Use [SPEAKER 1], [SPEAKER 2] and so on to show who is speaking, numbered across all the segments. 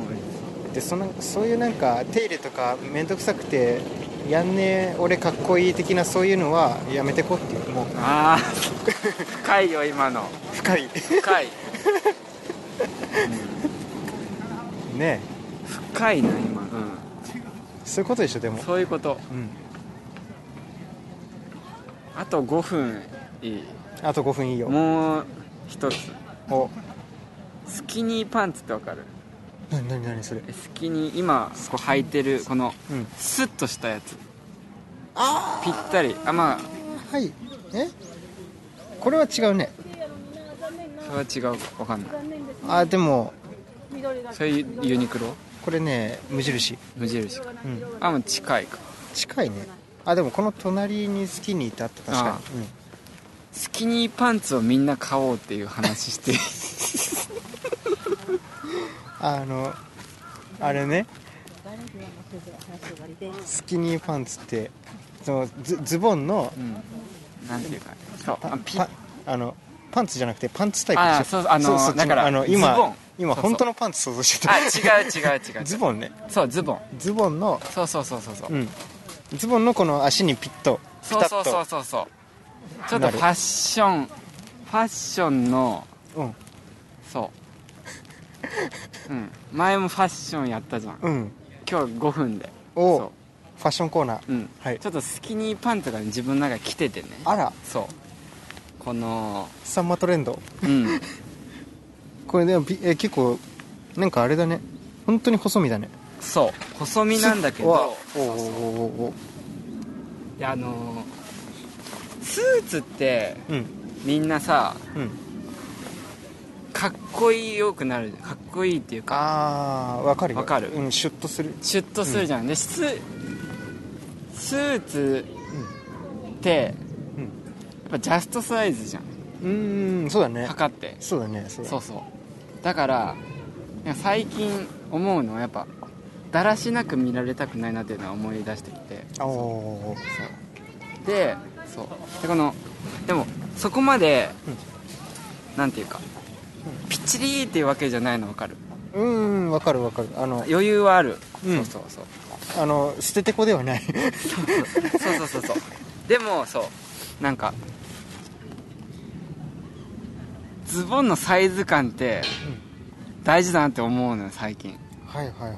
[SPEAKER 1] ってそのそういうなんか手入れとか面倒くさくてやんねえ俺かっこいい的なそういうのはやめてこっていうもう
[SPEAKER 2] ああ深いよ今の
[SPEAKER 1] 深 い
[SPEAKER 2] 深い
[SPEAKER 1] ね
[SPEAKER 2] 深いな今、うん、
[SPEAKER 1] そういうことでしょでも
[SPEAKER 2] そういうこと
[SPEAKER 1] うん
[SPEAKER 2] あと5分いい
[SPEAKER 1] あと5分いいよ
[SPEAKER 2] もう一つ
[SPEAKER 1] お
[SPEAKER 2] スキニーパンツってわかる
[SPEAKER 1] なになになにそれ
[SPEAKER 2] スキニー今こう履いてるこの
[SPEAKER 1] うん
[SPEAKER 2] スッとしたやつ
[SPEAKER 1] あ
[SPEAKER 2] ぴったりあまあ
[SPEAKER 1] あはいえこれは違うね
[SPEAKER 2] それは違うかわかんない
[SPEAKER 1] あでも
[SPEAKER 2] それユユニクロ
[SPEAKER 1] これね無印
[SPEAKER 2] 無印か
[SPEAKER 1] うん
[SPEAKER 2] あもう近いか
[SPEAKER 1] 近いねあでもこの隣に好きにいたって確かに
[SPEAKER 2] スキニーパンツをみんな買おうっていう話して
[SPEAKER 1] あ,、うん、あのあれねスキニーパンツってそのズズボンの
[SPEAKER 2] うんなんていうかそう
[SPEAKER 1] パ
[SPEAKER 2] あピ
[SPEAKER 1] パあのパンツじゃなくてパンツタイプ
[SPEAKER 2] あ
[SPEAKER 1] でしょ
[SPEAKER 2] そうあの
[SPEAKER 1] そっち
[SPEAKER 2] だから
[SPEAKER 1] あの
[SPEAKER 2] ズボン
[SPEAKER 1] 今今
[SPEAKER 2] そうそう
[SPEAKER 1] 本当のパンツ想像して
[SPEAKER 2] あ
[SPEAKER 1] た
[SPEAKER 2] 違う違う違う違う
[SPEAKER 1] ズボンね
[SPEAKER 2] そうズボン
[SPEAKER 1] ズボンの
[SPEAKER 2] そうそうそうそうそう
[SPEAKER 1] うんズボンのこの足にピッとピタ
[SPEAKER 2] そう
[SPEAKER 1] ッと
[SPEAKER 2] そうそうそうそうちょっと
[SPEAKER 1] な
[SPEAKER 2] フ
[SPEAKER 1] る
[SPEAKER 2] ァッションファッションの
[SPEAKER 1] うん
[SPEAKER 2] そう、うん、前もファッションやったじゃん
[SPEAKER 1] うん
[SPEAKER 2] 今日5分で
[SPEAKER 1] お
[SPEAKER 2] そ
[SPEAKER 1] ファッションコーナー
[SPEAKER 2] う、うん
[SPEAKER 1] はい
[SPEAKER 2] ちょっとスキニーパンとかに自分の中に着ててね
[SPEAKER 1] あら
[SPEAKER 2] そうこの
[SPEAKER 1] サンマトレンド
[SPEAKER 2] うん
[SPEAKER 1] これでもびえ結構なんかあれだね本当に細身だね
[SPEAKER 2] そう細身なんだけ
[SPEAKER 1] わ
[SPEAKER 2] ど
[SPEAKER 1] おおおおお
[SPEAKER 2] であのースーツって
[SPEAKER 1] うん
[SPEAKER 2] みんなさ
[SPEAKER 1] うん
[SPEAKER 2] かっこいいよくなるかっこいいっていうか
[SPEAKER 1] ああわかるよ
[SPEAKER 2] わかる
[SPEAKER 1] うんシュッとする
[SPEAKER 2] シュッとするじゃん、でススーツって
[SPEAKER 1] うん
[SPEAKER 2] やっぱジャストサイズじゃん
[SPEAKER 1] うーんそうだね
[SPEAKER 2] 測って
[SPEAKER 1] そうだねそうだ
[SPEAKER 2] そうそうだから最近思うのはやっぱだらしなく見られたくないなっていうのは思い出してきて
[SPEAKER 1] あおー
[SPEAKER 2] そうでそうでこのでもそこまで、なんていうかピチリーっていうわけじゃないの分かる
[SPEAKER 1] うーんわかるわかるあの
[SPEAKER 2] 余裕はある、
[SPEAKER 1] うん
[SPEAKER 2] そうそうそう
[SPEAKER 1] あの捨ててこではない
[SPEAKER 2] そうそうそうそうでもそうなんかズボンのサイズ感って大事だなって思うのよ最近
[SPEAKER 1] はいはいはいはい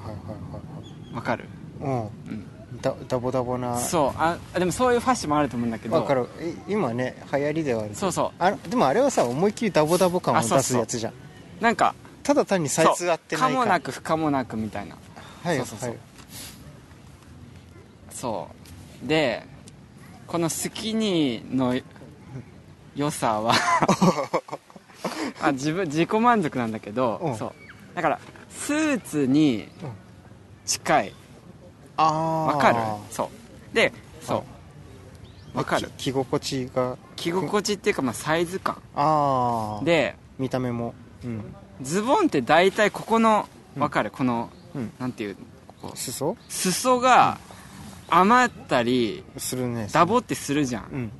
[SPEAKER 1] は
[SPEAKER 2] わかる
[SPEAKER 1] いは
[SPEAKER 2] う
[SPEAKER 1] い
[SPEAKER 2] ん
[SPEAKER 1] うんダダボダボな
[SPEAKER 2] そうあでもそういうファッションもあると思うんだけど
[SPEAKER 1] わかるい今ね流行りではある
[SPEAKER 2] そうそ
[SPEAKER 1] あでもあれはさ思いっきりダボダボ感を
[SPEAKER 2] あそう
[SPEAKER 1] 出
[SPEAKER 2] そ
[SPEAKER 1] す
[SPEAKER 2] う
[SPEAKER 1] やつじゃん
[SPEAKER 2] うなんか
[SPEAKER 1] ただ単にサイズ合ってない
[SPEAKER 2] そ
[SPEAKER 1] か
[SPEAKER 2] う可もなく不可もなくみたいな
[SPEAKER 1] はいは
[SPEAKER 2] そう
[SPEAKER 1] い
[SPEAKER 2] そうそうそうでこのスキニーの良 さはあ自分自己満足なんだけど、
[SPEAKER 1] うん
[SPEAKER 2] そうだからスーツに
[SPEAKER 1] うん
[SPEAKER 2] 近い
[SPEAKER 1] ああ
[SPEAKER 2] わかるそうでそうわかる
[SPEAKER 1] き着心地が
[SPEAKER 2] 着心地っていうか、まあ、サイズ感
[SPEAKER 1] ああ
[SPEAKER 2] で
[SPEAKER 1] 見た目もうん
[SPEAKER 2] ズボンって大体ここの
[SPEAKER 1] うん
[SPEAKER 2] わかるこの、
[SPEAKER 1] うん
[SPEAKER 2] なんていうここ
[SPEAKER 1] 裾
[SPEAKER 2] 裾が余ったり
[SPEAKER 1] するね
[SPEAKER 2] ダボってするじゃん
[SPEAKER 1] うん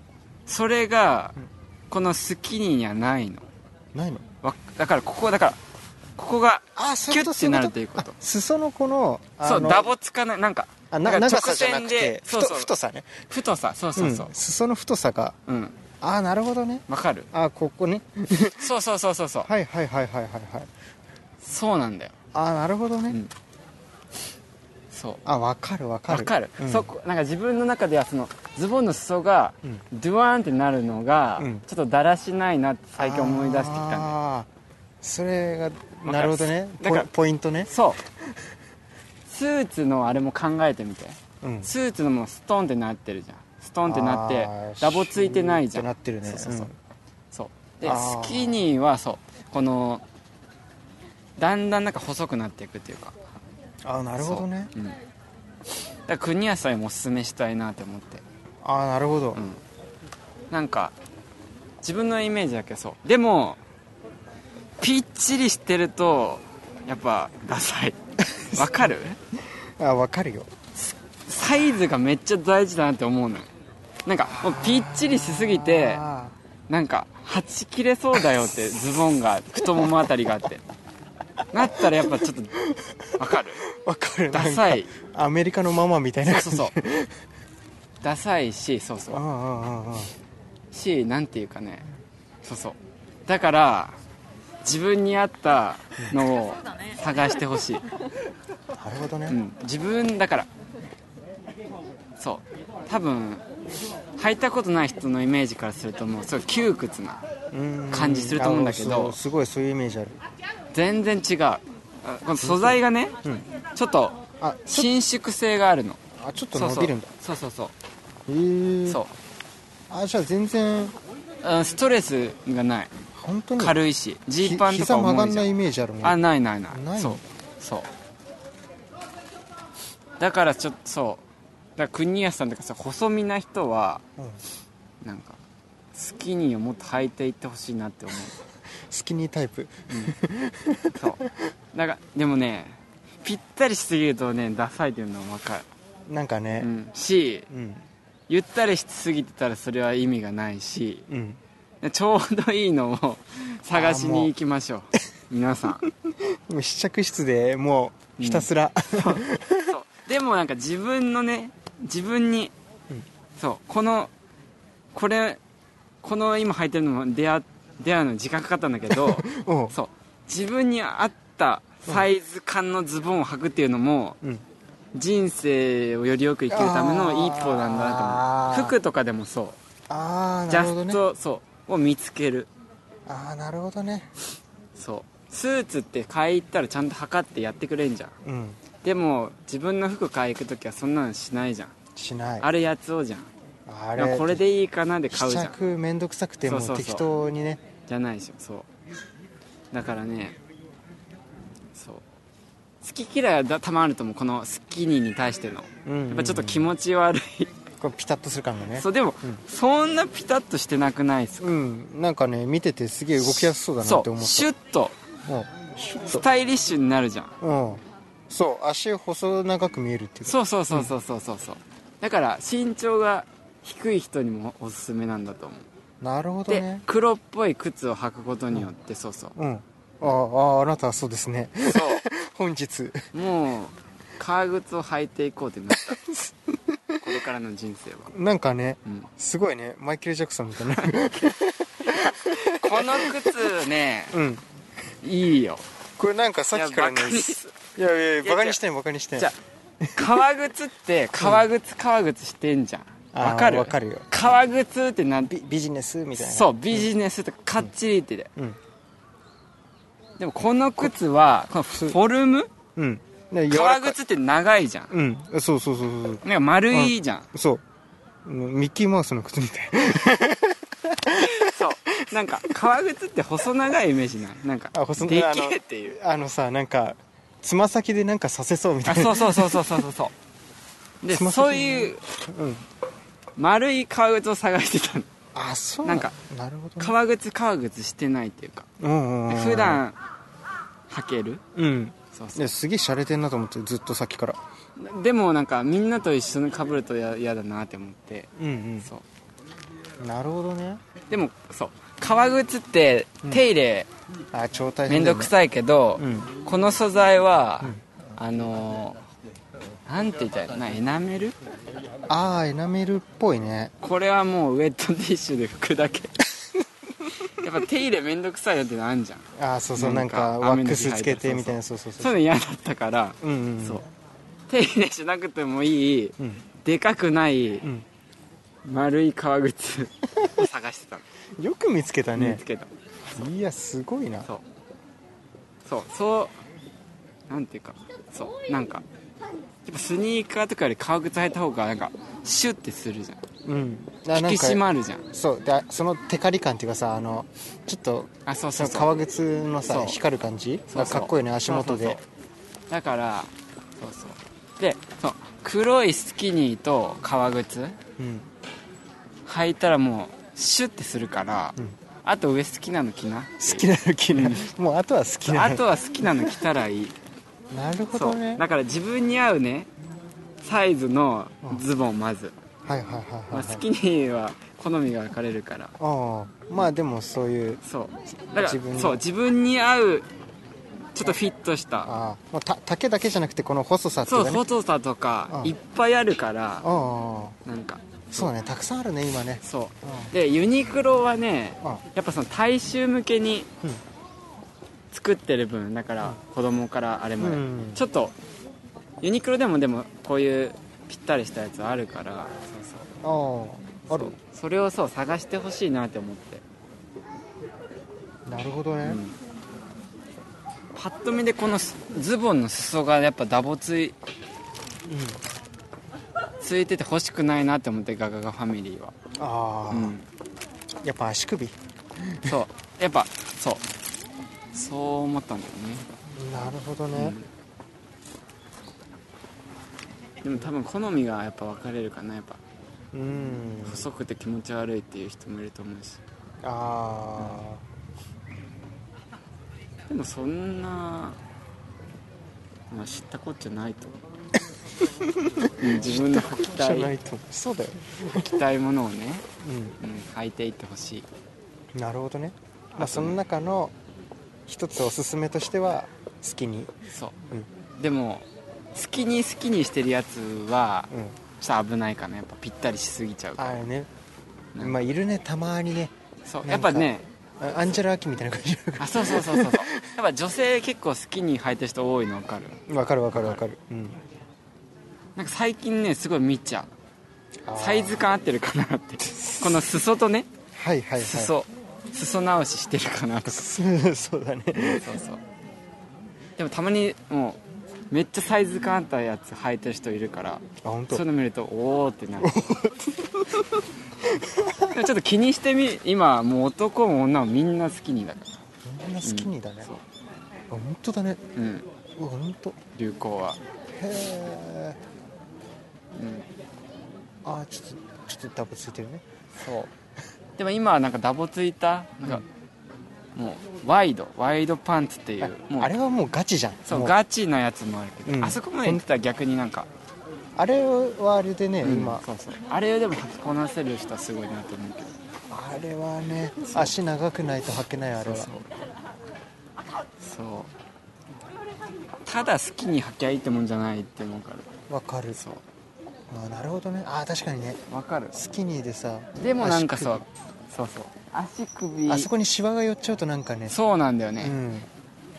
[SPEAKER 2] それが
[SPEAKER 1] うん
[SPEAKER 2] このスキニーにはないの
[SPEAKER 1] ないの
[SPEAKER 2] わだからここだからここが
[SPEAKER 1] あ
[SPEAKER 2] そういうことキュッてなるっていうこと
[SPEAKER 1] 裾のこのあ
[SPEAKER 2] そう
[SPEAKER 1] の
[SPEAKER 2] ダボつかないなんか
[SPEAKER 1] あ
[SPEAKER 2] な
[SPEAKER 1] なん
[SPEAKER 2] か
[SPEAKER 1] 長さじゃなくて
[SPEAKER 2] そう
[SPEAKER 1] 太
[SPEAKER 2] そう
[SPEAKER 1] 太さね
[SPEAKER 2] 太さそうそうそう
[SPEAKER 1] うん裾の太さが
[SPEAKER 2] うんわ、
[SPEAKER 1] ああなるほどね
[SPEAKER 2] かる
[SPEAKER 1] あーここね
[SPEAKER 2] そうそうそうそうそう
[SPEAKER 1] はいはいはいはいはいはい
[SPEAKER 2] そうなんだよ
[SPEAKER 1] ああなるほどね、
[SPEAKER 2] うんそう
[SPEAKER 1] あわかるわか
[SPEAKER 2] わ
[SPEAKER 1] る
[SPEAKER 2] かる、
[SPEAKER 1] うん
[SPEAKER 2] そこなんか自分の中ではそのズボンの裾が
[SPEAKER 1] うん
[SPEAKER 2] ドゥワーンってなるのが、
[SPEAKER 1] うん
[SPEAKER 2] ちょっとだらしないなって最近思い出してきたんだよ
[SPEAKER 1] あーそれが
[SPEAKER 2] る
[SPEAKER 1] なるほどね
[SPEAKER 2] だから
[SPEAKER 1] ポポイントね
[SPEAKER 2] そうスーツのあれも考えてみて
[SPEAKER 1] うん
[SPEAKER 2] スーツのもストンってなってるじゃんストンってなって
[SPEAKER 1] あー
[SPEAKER 2] ダボついてないじゃん
[SPEAKER 1] シューってなってるね
[SPEAKER 2] そうそうそう,、そうで
[SPEAKER 1] あー
[SPEAKER 2] スキニーはそうこのだんだんなんか細くなっていくっていうか
[SPEAKER 1] ああなるほどね
[SPEAKER 2] そううん、だから国安さんにもおすすめしたいなって思って
[SPEAKER 1] ああなるほど、
[SPEAKER 2] うんなんか自分のイメージだけどそうでもぴっちりしてるとやっぱダ サいわかる
[SPEAKER 1] あわかるよ
[SPEAKER 2] サイズがめっちゃ大事だなって思うのよなんかもうぴっちりしすぎて
[SPEAKER 1] あ
[SPEAKER 2] なんかはち切れそうだよってズボンが太ももあたりがあってなったらやっぱちょっとわかる
[SPEAKER 1] わかる
[SPEAKER 2] ダサい
[SPEAKER 1] なんかアメリカのママみたいな
[SPEAKER 2] そう
[SPEAKER 1] 感
[SPEAKER 2] そ
[SPEAKER 1] じ
[SPEAKER 2] うそうダサいしそうそう
[SPEAKER 1] ああああああ
[SPEAKER 2] しなんていうかねそうそうだから自分に合ったのを探してほしい、
[SPEAKER 1] なるほどね、
[SPEAKER 2] うん、自分だからそう多分履いたことない人のイメージからするともうすごい窮屈な
[SPEAKER 1] うん
[SPEAKER 2] 感じすると思うんだけど
[SPEAKER 1] あそうすごいそういうイメージある
[SPEAKER 2] 全然違うあこの素材がね、
[SPEAKER 1] うん
[SPEAKER 2] ちょっと
[SPEAKER 1] あちょ
[SPEAKER 2] 伸縮性があるの
[SPEAKER 1] あちょっと
[SPEAKER 2] そう
[SPEAKER 1] 伸
[SPEAKER 2] そ
[SPEAKER 1] び
[SPEAKER 2] う
[SPEAKER 1] るんだ
[SPEAKER 2] そうそうそう
[SPEAKER 1] へえ
[SPEAKER 2] そう
[SPEAKER 1] あじゃあ全然
[SPEAKER 2] うんストレスがない
[SPEAKER 1] 本当に
[SPEAKER 2] 軽いしジーパン
[SPEAKER 1] ひ
[SPEAKER 2] と
[SPEAKER 1] 膝
[SPEAKER 2] か
[SPEAKER 1] 曲が
[SPEAKER 2] 重
[SPEAKER 1] ん
[SPEAKER 2] いじ
[SPEAKER 1] な
[SPEAKER 2] ゃ
[SPEAKER 1] いイ
[SPEAKER 2] ん
[SPEAKER 1] メージあるもん
[SPEAKER 2] あないないない
[SPEAKER 1] ない
[SPEAKER 2] そう
[SPEAKER 1] の
[SPEAKER 2] そうだからちょっとそうだから国安さんとかさ細身な人は
[SPEAKER 1] うん
[SPEAKER 2] なんかスキニーをもっと履いていってほしいなって 思う
[SPEAKER 1] スキニータイプ
[SPEAKER 2] そうなんかでもねぴったりしすぎるとねダサいっていうのは分か
[SPEAKER 1] なんか
[SPEAKER 2] る、
[SPEAKER 1] ね
[SPEAKER 2] うん、し
[SPEAKER 1] うん
[SPEAKER 2] ゆったりしすぎてたらそれは意味がないし
[SPEAKER 1] うん
[SPEAKER 2] ちょうどいいのを 探しに行きましょう 皆さん
[SPEAKER 1] もう試着室でもうひたすら、
[SPEAKER 2] そうでもなんか自分のね自分に、
[SPEAKER 1] うん
[SPEAKER 2] そうこのこれこの今履いてるのも出会出会うのに時間かかったんだ けど
[SPEAKER 1] おう
[SPEAKER 2] そう自分に合ったサイズ感のズボンを履くっていうのも、
[SPEAKER 1] うん
[SPEAKER 2] 人生をよりよく生きるための一歩なんだな
[SPEAKER 1] あー
[SPEAKER 2] と思う服とかでもそ
[SPEAKER 1] ああ
[SPEAKER 2] うジ
[SPEAKER 1] な
[SPEAKER 2] ャ
[SPEAKER 1] るほど
[SPEAKER 2] ス
[SPEAKER 1] ね
[SPEAKER 2] ト、そうを見つける
[SPEAKER 1] ああなるほどね
[SPEAKER 2] そうスーツって買い行ったらちゃんと測ってやってくれんじゃん
[SPEAKER 1] うん
[SPEAKER 2] でも自分の服買い行く時はそんなのしないじゃん
[SPEAKER 1] しない
[SPEAKER 2] あれやつをじゃん
[SPEAKER 1] あ
[SPEAKER 2] でもこれでいいかなで買う
[SPEAKER 1] 試
[SPEAKER 2] じゃん
[SPEAKER 1] 着めんどくさくても
[SPEAKER 2] そうそう
[SPEAKER 1] う
[SPEAKER 2] そう
[SPEAKER 1] 適当にね
[SPEAKER 2] じゃないでしょそうだからねそう好き嫌いはだたまあると思うこのスキニーに対しての
[SPEAKER 1] うんうんうん
[SPEAKER 2] やっぱちょっと気持ち悪い、
[SPEAKER 1] こうピタッとする感がね
[SPEAKER 2] そうでも、
[SPEAKER 1] うん
[SPEAKER 2] そんなピタッとしてなくないですか
[SPEAKER 1] うんなんかね見ててすげえ動きやすそうだな
[SPEAKER 2] そ
[SPEAKER 1] って思
[SPEAKER 2] う
[SPEAKER 1] った
[SPEAKER 2] シュッと
[SPEAKER 1] うんシュッ
[SPEAKER 2] ス
[SPEAKER 1] と
[SPEAKER 2] タイリッシュになるじゃん
[SPEAKER 1] うんそう足細長く見えるっていうか
[SPEAKER 2] そうそうそうそうそうそうそうだから身長が低い人にもおすすめなんだと思う
[SPEAKER 1] なるほど
[SPEAKER 2] で
[SPEAKER 1] ね
[SPEAKER 2] 黒っぽい靴を履くことによってそうそう
[SPEAKER 1] うんああああなたはそうですね
[SPEAKER 2] そ
[SPEAKER 1] 本日
[SPEAKER 2] うもう革靴を履いていこうっ てなったこれからの人生は、
[SPEAKER 1] なんかね
[SPEAKER 2] うん、
[SPEAKER 1] すごいねマイケル・ジャクソンみたいな
[SPEAKER 2] この靴ね
[SPEAKER 1] うん
[SPEAKER 2] いいよ
[SPEAKER 1] これなんかさっきからね
[SPEAKER 2] いやバカに
[SPEAKER 1] いやいやい
[SPEAKER 2] や
[SPEAKER 1] やバカにしてんバカにしてん
[SPEAKER 2] じゃあ革靴って革靴革靴してんじゃん
[SPEAKER 1] あー
[SPEAKER 2] わかる
[SPEAKER 1] わかるよ
[SPEAKER 2] 革靴ってなん
[SPEAKER 1] ビビジネスみたいな
[SPEAKER 2] そうビジネスとかかっちりってで、
[SPEAKER 1] うん
[SPEAKER 2] でもこの靴はこのフォルム
[SPEAKER 1] うんね柔ら
[SPEAKER 2] 革
[SPEAKER 1] かい
[SPEAKER 2] 靴って長いじゃん
[SPEAKER 1] うんそうそうそうそう
[SPEAKER 2] なんか丸いじゃん、
[SPEAKER 1] そううんミッキーマウスの靴みたい
[SPEAKER 2] そうなんか革靴って細長いイメージないなんか
[SPEAKER 1] あ細
[SPEAKER 2] で
[SPEAKER 1] 長い
[SPEAKER 2] けえっていう
[SPEAKER 1] あのさなんかつま先でなんかさせそうみた
[SPEAKER 2] あ
[SPEAKER 1] いな
[SPEAKER 2] そうそうそうそうそうそうそう で
[SPEAKER 1] つま先
[SPEAKER 2] そういう
[SPEAKER 1] うん
[SPEAKER 2] 丸い革靴を探してたの
[SPEAKER 1] あそう
[SPEAKER 2] なんか
[SPEAKER 1] なるほどね
[SPEAKER 2] 革靴革靴してないっていうか
[SPEAKER 1] うんうんうん
[SPEAKER 2] 普段履ける
[SPEAKER 1] うん
[SPEAKER 2] そう
[SPEAKER 1] い
[SPEAKER 2] そ
[SPEAKER 1] やすげえ洒落てんなと思ってずっとさっきから
[SPEAKER 2] うでもなんかみんなと一緒に被るとや嫌だなって思って
[SPEAKER 1] うん
[SPEAKER 2] そう
[SPEAKER 1] うんなるほどね
[SPEAKER 2] でもそう革靴って手入れ
[SPEAKER 1] あ超大
[SPEAKER 2] め
[SPEAKER 1] 変
[SPEAKER 2] ん
[SPEAKER 1] だ
[SPEAKER 2] ど
[SPEAKER 1] よ
[SPEAKER 2] く
[SPEAKER 1] ね
[SPEAKER 2] さいけど、
[SPEAKER 1] う
[SPEAKER 2] この素材は、あのーなんて言ったらいいのなエナメル
[SPEAKER 1] ああエナメルっぽいね
[SPEAKER 2] これはもうウェットティッシュで拭く だけやっぱ手入れめんどくさいよってのあんじゃん
[SPEAKER 1] ああそうそう
[SPEAKER 2] な
[SPEAKER 1] なんん
[SPEAKER 2] か
[SPEAKER 1] かワ
[SPEAKER 2] 雨
[SPEAKER 1] ッ
[SPEAKER 2] の
[SPEAKER 1] ク
[SPEAKER 2] 日
[SPEAKER 1] スつけてみたいな
[SPEAKER 2] 入
[SPEAKER 1] そうそう
[SPEAKER 2] そう
[SPEAKER 1] そ
[SPEAKER 2] いう
[SPEAKER 1] う
[SPEAKER 2] の嫌だったから、
[SPEAKER 1] うんうんうん
[SPEAKER 2] そう手入れしなくてもいい、
[SPEAKER 1] うん
[SPEAKER 2] でかくない
[SPEAKER 1] うん
[SPEAKER 2] 丸い革靴を探してたの、
[SPEAKER 1] よく見つけた
[SPEAKER 2] 見
[SPEAKER 1] ね
[SPEAKER 2] つけた
[SPEAKER 1] いやすごいな
[SPEAKER 2] そうそうそうなんていうかそうなんかやっぱスニーカーとかより革靴履いた方がなんかシュッてするじゃん
[SPEAKER 1] うんあなん
[SPEAKER 2] 引き締
[SPEAKER 1] か
[SPEAKER 2] まるじゃん
[SPEAKER 1] そうであそのテカリ感っていうかさあのちょっと
[SPEAKER 2] あそうそ
[SPEAKER 1] そうの
[SPEAKER 2] そう
[SPEAKER 1] 革靴の
[SPEAKER 2] そ
[SPEAKER 1] さ
[SPEAKER 2] う
[SPEAKER 1] 光る感じ
[SPEAKER 2] そう
[SPEAKER 1] が
[SPEAKER 2] そう
[SPEAKER 1] かっこいいね足元
[SPEAKER 2] そう
[SPEAKER 1] で
[SPEAKER 2] そうそうだからそうそうでそう黒いスキニーと革靴
[SPEAKER 1] うん
[SPEAKER 2] 履いたらもうシュッてするから、
[SPEAKER 1] ん
[SPEAKER 2] あと上好きなの着な
[SPEAKER 1] 好きなの着ないもうあとは好きな
[SPEAKER 2] あ
[SPEAKER 1] の
[SPEAKER 2] とは好きなの着たらいい
[SPEAKER 1] なるほ
[SPEAKER 2] そ
[SPEAKER 1] ど
[SPEAKER 2] う
[SPEAKER 1] ね
[SPEAKER 2] だから自分に合うねサイズのズボンまず、
[SPEAKER 1] はいはいはいはい
[SPEAKER 2] ま
[SPEAKER 1] は
[SPEAKER 2] あ、
[SPEAKER 1] い
[SPEAKER 2] スキニーは好みが分かれるから
[SPEAKER 1] ああまあでもそういう
[SPEAKER 2] そうだから
[SPEAKER 1] 自分に
[SPEAKER 2] そう自分に合うちょっとフィットした
[SPEAKER 1] ああもうた竹だけじゃなくてこの細さってい
[SPEAKER 2] そうう
[SPEAKER 1] かね
[SPEAKER 2] 細さとか
[SPEAKER 1] うん
[SPEAKER 2] いっぱいあるから
[SPEAKER 1] ああ
[SPEAKER 2] なんか
[SPEAKER 1] そうねたくさんあるね今ね
[SPEAKER 2] そううでユニクロはね
[SPEAKER 1] んうん
[SPEAKER 2] やっぱその大衆向けに
[SPEAKER 1] うん
[SPEAKER 2] 作ってる分だから子供からあれまで、
[SPEAKER 1] うん
[SPEAKER 2] ちょっとユニクロでもでもこういうぴったりしたやつあるからそうそう
[SPEAKER 1] ああある
[SPEAKER 2] そうそれをそう探してほしいなって思って、
[SPEAKER 1] なるほどね、
[SPEAKER 2] うんパッと見でこのすズボンの裾がやっぱダボつい
[SPEAKER 1] うん
[SPEAKER 2] ついてて欲しくないなって思ってガガガファミリーは、
[SPEAKER 1] ああ、
[SPEAKER 2] うん、
[SPEAKER 1] やっぱ足首
[SPEAKER 2] そうやっぱそうそう思ったんだよね
[SPEAKER 1] なるほどね、
[SPEAKER 2] でも多分好みがやっぱ分かれるかなやっぱ
[SPEAKER 1] うん、
[SPEAKER 2] 細くて気持ち悪いっていう人もいると思うし
[SPEAKER 1] あ
[SPEAKER 2] でもそんな、まあ、知ったこっちゃない とうん自分の履き
[SPEAKER 1] あ
[SPEAKER 2] た
[SPEAKER 1] じゃ
[SPEAKER 2] い
[SPEAKER 1] ないとそうだよ、
[SPEAKER 2] 履きたいものをね、
[SPEAKER 1] う
[SPEAKER 2] うん、履いていってほしい
[SPEAKER 1] ん、なるほどね、まあ、
[SPEAKER 2] あと
[SPEAKER 1] そ
[SPEAKER 2] ね
[SPEAKER 1] の中の一つおすすめとしては好きに
[SPEAKER 2] そう
[SPEAKER 1] うん
[SPEAKER 2] でも好きに好きにしてるやつは
[SPEAKER 1] うん
[SPEAKER 2] ちょっと危ないかなやっぱぴったりしすぎちゃうか
[SPEAKER 1] あ
[SPEAKER 2] ら
[SPEAKER 1] あね
[SPEAKER 2] なん
[SPEAKER 1] まあいるねたまにね
[SPEAKER 2] そうや
[SPEAKER 1] な
[SPEAKER 2] っ
[SPEAKER 1] んか
[SPEAKER 2] ぱね
[SPEAKER 1] あアンジェラ・アキみたいな感じだ か
[SPEAKER 2] あそうそうそう そうそうやっぱ女性結構好きに履いてる人多いの分かる
[SPEAKER 1] らわかるわかるわかる、うん、
[SPEAKER 2] なんか最近ねすごい見ちゃう
[SPEAKER 1] あー
[SPEAKER 2] サイズ感合ってるかなってこの裾とね
[SPEAKER 1] はいはいはい
[SPEAKER 2] 裾裾直ししてるかなとか
[SPEAKER 1] そうそうだね
[SPEAKER 2] そうそうでもたまにもうめっちゃサイズ感あったやつ履いてる人いるから
[SPEAKER 1] あ本当
[SPEAKER 2] そういうの見るとおおってなる でもちょっと気にしてみ今もう男も女もみんな好きにだか
[SPEAKER 1] みんな好きにだね
[SPEAKER 2] ら、そう
[SPEAKER 1] あ本当だね
[SPEAKER 2] うん、
[SPEAKER 1] うわ本当へ
[SPEAKER 2] 流行は、
[SPEAKER 1] え
[SPEAKER 2] うん、
[SPEAKER 1] あーちょっとちょっとダブついてるね
[SPEAKER 2] そうでも今はなんかダボついたなんか、もうワイドワイドパンツっていうもう
[SPEAKER 1] ああれはもうガチじゃん
[SPEAKER 2] そう
[SPEAKER 1] も
[SPEAKER 2] ガチなやつもあるけど、
[SPEAKER 1] うん
[SPEAKER 2] あそこまで言ってたら逆になんか、
[SPEAKER 1] あれはあれでね、
[SPEAKER 2] うん
[SPEAKER 1] 今
[SPEAKER 2] そうそうあれをでも履きこなせる人はすごいなと思うけど
[SPEAKER 1] あれはね足長くないと履けないあれは
[SPEAKER 2] そうそうただ好きに履きゃいいってもんじゃないってもんから
[SPEAKER 1] わかる
[SPEAKER 2] そう
[SPEAKER 1] あーなるほどねあー確かにね
[SPEAKER 2] わかる
[SPEAKER 1] スキニーでさ
[SPEAKER 2] でもなんか
[SPEAKER 1] 足
[SPEAKER 2] そうそうそう足首
[SPEAKER 1] 首あそこにシワが寄っちゃうとなんかね
[SPEAKER 2] そうなんだよ
[SPEAKER 1] う
[SPEAKER 2] ね、
[SPEAKER 1] ん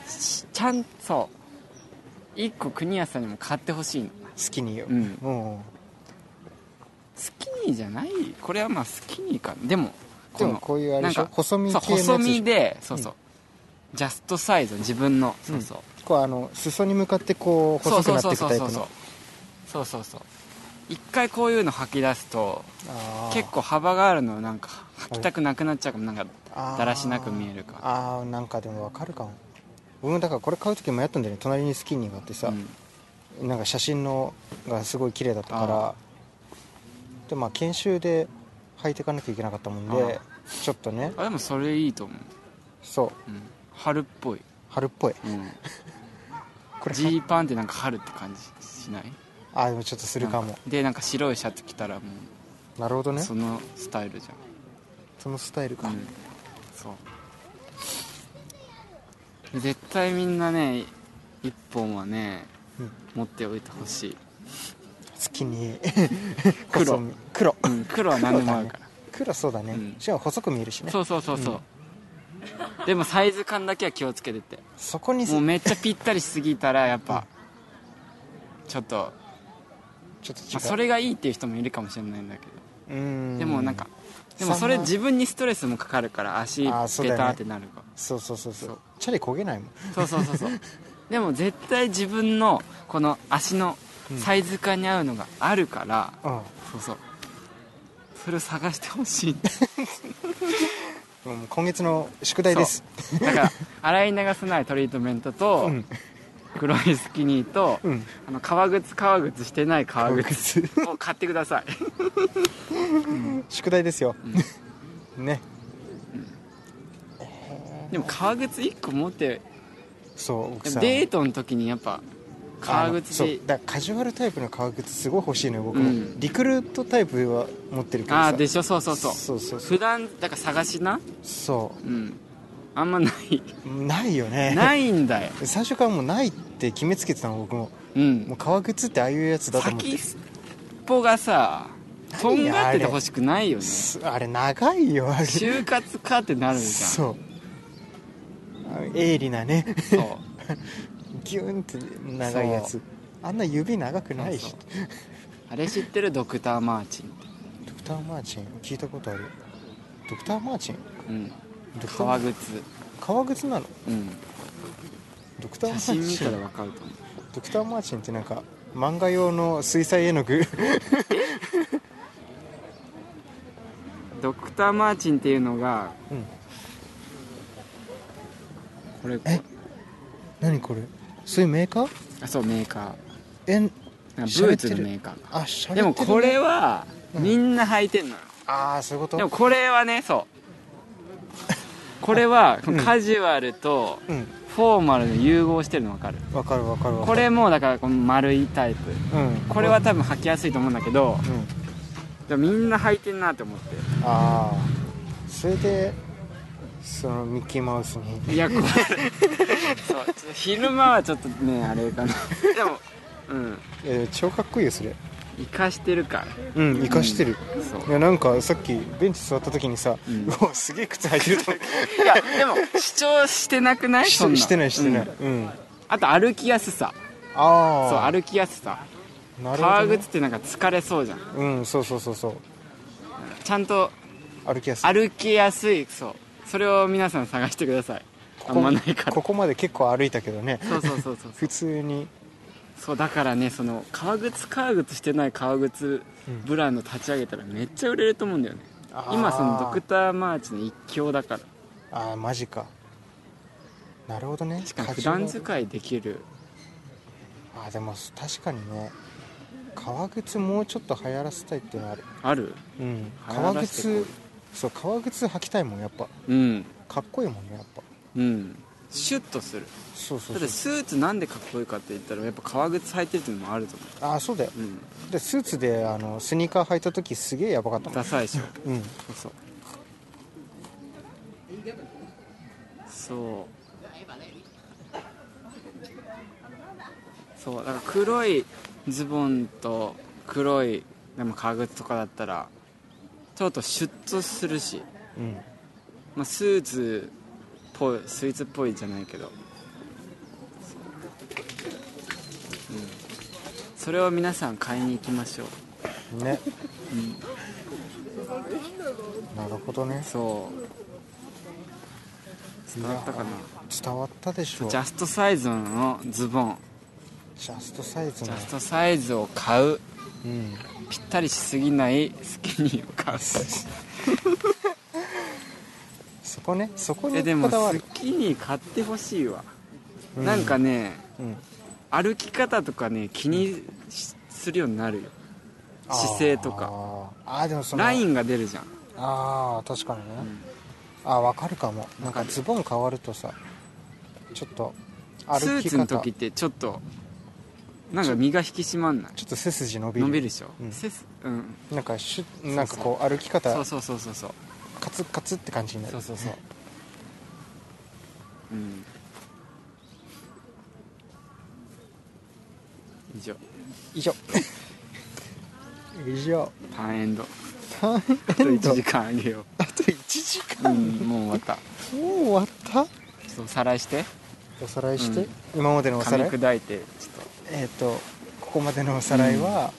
[SPEAKER 2] しちゃんそう一個国安さんにも買ってほしいの
[SPEAKER 1] スキニーよ、
[SPEAKER 2] うん
[SPEAKER 1] も
[SPEAKER 2] スキニーじゃないこれはまあスキニーかでも
[SPEAKER 1] うでもこういうあれでしょ
[SPEAKER 2] なんか
[SPEAKER 1] 細身
[SPEAKER 2] そう
[SPEAKER 1] 系のやつでしょ
[SPEAKER 2] 細身でそうそう、ジャストサイズ自分のそうそう、
[SPEAKER 1] こうあの裾に向かってこう
[SPEAKER 2] そう
[SPEAKER 1] 細く
[SPEAKER 2] そ
[SPEAKER 1] な
[SPEAKER 2] う
[SPEAKER 1] って
[SPEAKER 2] そ
[SPEAKER 1] いくタイ
[SPEAKER 2] うそうそ
[SPEAKER 1] プ
[SPEAKER 2] う
[SPEAKER 1] の
[SPEAKER 2] そうそうそう一回こういうの履き出すと
[SPEAKER 1] あー
[SPEAKER 2] 結構幅があるのなんか履きたくなくなっちゃうかもなんか
[SPEAKER 1] あー
[SPEAKER 2] だらしなく見えるから
[SPEAKER 1] あーなんかでもわかるかも僕もだからこれ買う時迷ったんだよね隣にスキニーがあってさ、
[SPEAKER 2] うん
[SPEAKER 1] なんか写真のがすごい綺麗だったか
[SPEAKER 2] あ
[SPEAKER 1] らでまあ研修で履いていかなきゃいけなかったもんでちょっとね
[SPEAKER 2] あでもそれいいと思う、
[SPEAKER 1] そう
[SPEAKER 2] うん、春っぽい、
[SPEAKER 1] 春っぽい
[SPEAKER 2] うん、
[SPEAKER 1] これ
[SPEAKER 2] ジーパンってなんか春って感じしない
[SPEAKER 1] あーでもちょっとするか
[SPEAKER 2] なん
[SPEAKER 1] も
[SPEAKER 2] でなんか白いシャツ着たらも
[SPEAKER 1] なるほど
[SPEAKER 2] う
[SPEAKER 1] ね
[SPEAKER 2] そのスタイルじ
[SPEAKER 1] そのスタイル
[SPEAKER 2] ゃ
[SPEAKER 1] か
[SPEAKER 2] ん、うん、そうで絶対みんなね一本はね
[SPEAKER 1] うん
[SPEAKER 2] 持っておいてほしい、
[SPEAKER 1] スキニー
[SPEAKER 2] 黒
[SPEAKER 1] 細身黒
[SPEAKER 2] うん、黒は何でもあるから
[SPEAKER 1] 黒そうだね
[SPEAKER 2] うん
[SPEAKER 1] しかも細く見えるしね
[SPEAKER 2] そうそうそうそう、でもサイズ感だけは気をつけてって
[SPEAKER 1] そこにち
[SPEAKER 2] も
[SPEAKER 1] ょ
[SPEAKER 2] う
[SPEAKER 1] っ
[SPEAKER 2] めっちゃぴったりしすぎたらやっぱちょっと、ま
[SPEAKER 1] と違
[SPEAKER 2] あ、
[SPEAKER 1] う
[SPEAKER 2] それがいいっていう人もいるかもしれないんだけど
[SPEAKER 1] うーん
[SPEAKER 2] でもなんかでもそれ
[SPEAKER 1] そんな
[SPEAKER 2] 自分にストレスもかかるから足ベ
[SPEAKER 1] あーそうだよね
[SPEAKER 2] ターってなるから
[SPEAKER 1] そうそうそうそ
[SPEAKER 2] そうう
[SPEAKER 1] チャリ焦げないもん
[SPEAKER 2] そうそうそうそう でも絶対自分のこの足のサイズ感に合うのがあるから、
[SPEAKER 1] うん
[SPEAKER 2] そうそうそれを探してほ しい
[SPEAKER 1] うん今月の宿題です
[SPEAKER 2] そうだから洗い流さないトリートメントと、
[SPEAKER 1] うん
[SPEAKER 2] 黒いスキニーと、
[SPEAKER 1] うん
[SPEAKER 2] あの革靴革靴してない革靴を買ってください
[SPEAKER 1] 宿題ですよ ね
[SPEAKER 2] でも革靴1個持って
[SPEAKER 1] そう奥
[SPEAKER 2] で
[SPEAKER 1] さ
[SPEAKER 2] も
[SPEAKER 1] ん
[SPEAKER 2] デートの時にやっぱ革靴
[SPEAKER 1] あの
[SPEAKER 2] で
[SPEAKER 1] そうだからカジュアルタイプの革靴すごい欲しいのよ僕も、
[SPEAKER 2] うん
[SPEAKER 1] リクルートタイプは持ってるけど
[SPEAKER 2] あ
[SPEAKER 1] さ
[SPEAKER 2] あーでしょそうそうそう
[SPEAKER 1] そうそうそう
[SPEAKER 2] 普段だから探しな
[SPEAKER 1] そ
[SPEAKER 2] うんあんまない
[SPEAKER 1] ないよね
[SPEAKER 2] ないんだよ
[SPEAKER 1] 最初からもうないって決めつけてたの僕も
[SPEAKER 2] うん
[SPEAKER 1] もう革靴ってああいうやつだと思って
[SPEAKER 2] 先っぽがさとんがっててほしくないよね
[SPEAKER 1] すあれ長いよあれ
[SPEAKER 2] 就活かってなるじゃん
[SPEAKER 1] そうあ鋭利なね
[SPEAKER 2] そう
[SPEAKER 1] ギュンって長いや
[SPEAKER 2] そ
[SPEAKER 1] つあんな指長くない
[SPEAKER 2] そう
[SPEAKER 1] し
[SPEAKER 2] そうあれ知ってるドクター・マーチンって
[SPEAKER 1] ドクター・マーチン聞いたことあるドクター・マーチン
[SPEAKER 2] うん
[SPEAKER 1] ドクター
[SPEAKER 2] 革靴
[SPEAKER 1] 革靴なの
[SPEAKER 2] うん
[SPEAKER 1] ドクター・マ
[SPEAKER 2] 写真
[SPEAKER 1] ー
[SPEAKER 2] 見
[SPEAKER 1] チ
[SPEAKER 2] たら
[SPEAKER 1] ン
[SPEAKER 2] わかると思う
[SPEAKER 1] ドクター・マーチンってなんか漫画用の水彩絵の 具
[SPEAKER 2] ドクター・マーチンっていうのが
[SPEAKER 1] うん
[SPEAKER 2] これ
[SPEAKER 1] え何これそういうメーカー
[SPEAKER 2] あそうメーカ
[SPEAKER 1] えん
[SPEAKER 2] ーなんかブーツのメーカーが
[SPEAKER 1] あしゃ
[SPEAKER 2] でもこれは
[SPEAKER 1] うん
[SPEAKER 2] みんな履いてんのよ
[SPEAKER 1] ああそういうこと
[SPEAKER 2] でもこれはねそうこれは
[SPEAKER 1] うん
[SPEAKER 2] カジュアルと
[SPEAKER 1] うん
[SPEAKER 2] フォーマルの融合してるの分かる
[SPEAKER 1] わかるわかるわか
[SPEAKER 2] こ
[SPEAKER 1] る
[SPEAKER 2] れもだからこの丸いタイプ
[SPEAKER 1] うん
[SPEAKER 2] これは多分履きやすいと思うんだけど
[SPEAKER 1] うん
[SPEAKER 2] でもみんな履いてんなって思っ
[SPEAKER 1] ああそれでそのミッキーマウスに
[SPEAKER 2] ていや これそうちょっと昼間はちょっとねあれかなでもうん
[SPEAKER 1] えー超かっこいいよそれ
[SPEAKER 2] 生かしてるから
[SPEAKER 1] うん生かしてる、
[SPEAKER 2] そう
[SPEAKER 1] いやなんかさっきベンチ座った時にさ、
[SPEAKER 2] う
[SPEAKER 1] うん わすげえ靴履いてると思っ
[SPEAKER 2] いやでも主張してなくな
[SPEAKER 1] て
[SPEAKER 2] い そ ん
[SPEAKER 1] ししてないしてない、
[SPEAKER 2] う
[SPEAKER 1] うんん
[SPEAKER 2] あと歩きやすさ
[SPEAKER 1] ああ
[SPEAKER 2] そう歩きやすさ
[SPEAKER 1] なるほ
[SPEAKER 2] 革
[SPEAKER 1] どね、
[SPEAKER 2] 靴ってなんか疲れそうじゃん
[SPEAKER 1] うんそうそうそうそう
[SPEAKER 2] ちゃんと
[SPEAKER 1] 歩きやすい
[SPEAKER 2] 歩きやすいそうそれを皆さん探してくださいあ
[SPEAKER 1] こ
[SPEAKER 2] ん
[SPEAKER 1] こ
[SPEAKER 2] まないから
[SPEAKER 1] ここまで結構歩いたけどね
[SPEAKER 2] そうそうそうそう
[SPEAKER 1] 普通に
[SPEAKER 2] そうだからねその革靴革靴してない革靴
[SPEAKER 1] うん
[SPEAKER 2] ブランド立ち上げたらめっちゃ売れると思うんだよね今そのドクターマーチの一強だから
[SPEAKER 1] あーあーマジかなるほどね
[SPEAKER 2] しかも
[SPEAKER 1] カ
[SPEAKER 2] 普
[SPEAKER 1] ジュアル
[SPEAKER 2] 段使いできる
[SPEAKER 1] あーでも確かにね革靴もうちょっと流行らせたいっていうのはある
[SPEAKER 2] ある
[SPEAKER 1] うん
[SPEAKER 2] 流行
[SPEAKER 1] 革
[SPEAKER 2] らせてこい
[SPEAKER 1] 靴そう革靴履きたいもんやっぱ
[SPEAKER 2] うん
[SPEAKER 1] かっこいいもんねやっぱ
[SPEAKER 2] うんシュッとする
[SPEAKER 1] そうそうそ
[SPEAKER 2] だって
[SPEAKER 1] う
[SPEAKER 2] スーツなんでかっこいいかって言ったらやっぱ革靴履いてるっていうのもあると思
[SPEAKER 1] ああそうだよ
[SPEAKER 2] ううん
[SPEAKER 1] でスーツであのスニーカー履いた時すげえやばかったもん
[SPEAKER 2] ダサいで しょ
[SPEAKER 1] うん
[SPEAKER 2] そうそうそうそうだから黒いズボンと黒いでも革靴とかだったらちょっとシュッとするし、
[SPEAKER 1] うん
[SPEAKER 2] まあ、スーツっぽいスイーツっぽいじゃないけどそううんそれを皆さん買いに行きましょう
[SPEAKER 1] ね、 なるほどね
[SPEAKER 2] そう伝わったかな
[SPEAKER 1] 伝わったでしょう
[SPEAKER 2] ジャストサイズのズボン
[SPEAKER 1] ジャストサイズ
[SPEAKER 2] ジ
[SPEAKER 1] の
[SPEAKER 2] ャストサイズを買う
[SPEAKER 1] うん
[SPEAKER 2] ぴったりしすぎないスキニーを買う
[SPEAKER 1] そこねそこ
[SPEAKER 2] え
[SPEAKER 1] に
[SPEAKER 2] で
[SPEAKER 1] こ
[SPEAKER 2] も
[SPEAKER 1] だわ
[SPEAKER 2] ス
[SPEAKER 1] る
[SPEAKER 2] キニー買ってほしいわ、
[SPEAKER 1] う
[SPEAKER 2] なんかね
[SPEAKER 1] うん
[SPEAKER 2] 歩き方とかね気にしするようになるよ姿勢とか
[SPEAKER 1] あーあーでもその
[SPEAKER 2] ラインが出るじゃん
[SPEAKER 1] ああ確かにね、ああ分かるかもなんかズボン変わるとさちょっと
[SPEAKER 2] ス
[SPEAKER 1] 歩
[SPEAKER 2] ー
[SPEAKER 1] き
[SPEAKER 2] ツの
[SPEAKER 1] 方
[SPEAKER 2] 時ってちょっとなんか身が引き締まんない
[SPEAKER 1] ちょっと背筋伸びる
[SPEAKER 2] 伸びるでしょ、
[SPEAKER 1] うん
[SPEAKER 2] せすうん、
[SPEAKER 1] なんかシュなんかこう歩き方
[SPEAKER 2] そうそうそうそうそう
[SPEAKER 1] カツカツって感じになる
[SPEAKER 2] そうそうそううん以上
[SPEAKER 1] 以 上以 上
[SPEAKER 2] ターンエンド
[SPEAKER 1] 大
[SPEAKER 2] あと
[SPEAKER 1] 変
[SPEAKER 2] 1
[SPEAKER 1] だ
[SPEAKER 2] 時間あげよ
[SPEAKER 1] あと1時
[SPEAKER 2] う、 う
[SPEAKER 1] 間、
[SPEAKER 2] ん、もう終わった
[SPEAKER 1] もう終わった
[SPEAKER 2] ちょっとおさらいして
[SPEAKER 1] おさらいして、
[SPEAKER 2] うん
[SPEAKER 1] 今までのおさらい
[SPEAKER 2] 噛み砕いてちょっ
[SPEAKER 1] えっ、とここまでのおさらいは、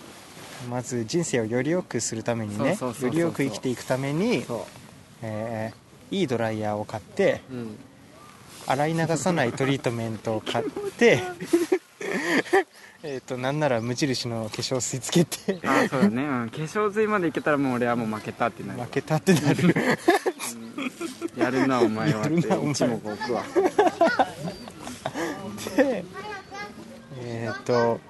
[SPEAKER 1] まず人生をより良くするためにね
[SPEAKER 2] そうそうそうそうそう
[SPEAKER 1] よりよく生きていくために
[SPEAKER 2] と、そ
[SPEAKER 1] えーいいドライヤーを買って
[SPEAKER 2] う、うん、
[SPEAKER 1] 洗い流さないトリートメントを買って えっとなんなら無印の化粧水つけて
[SPEAKER 2] あそうだね、うん、化粧水までいけたらもう俺はもう負けたってな る
[SPEAKER 1] 負けたってなる
[SPEAKER 2] やるなお前はって
[SPEAKER 1] やるなお前
[SPEAKER 2] うちも置くわ
[SPEAKER 1] でえっ、と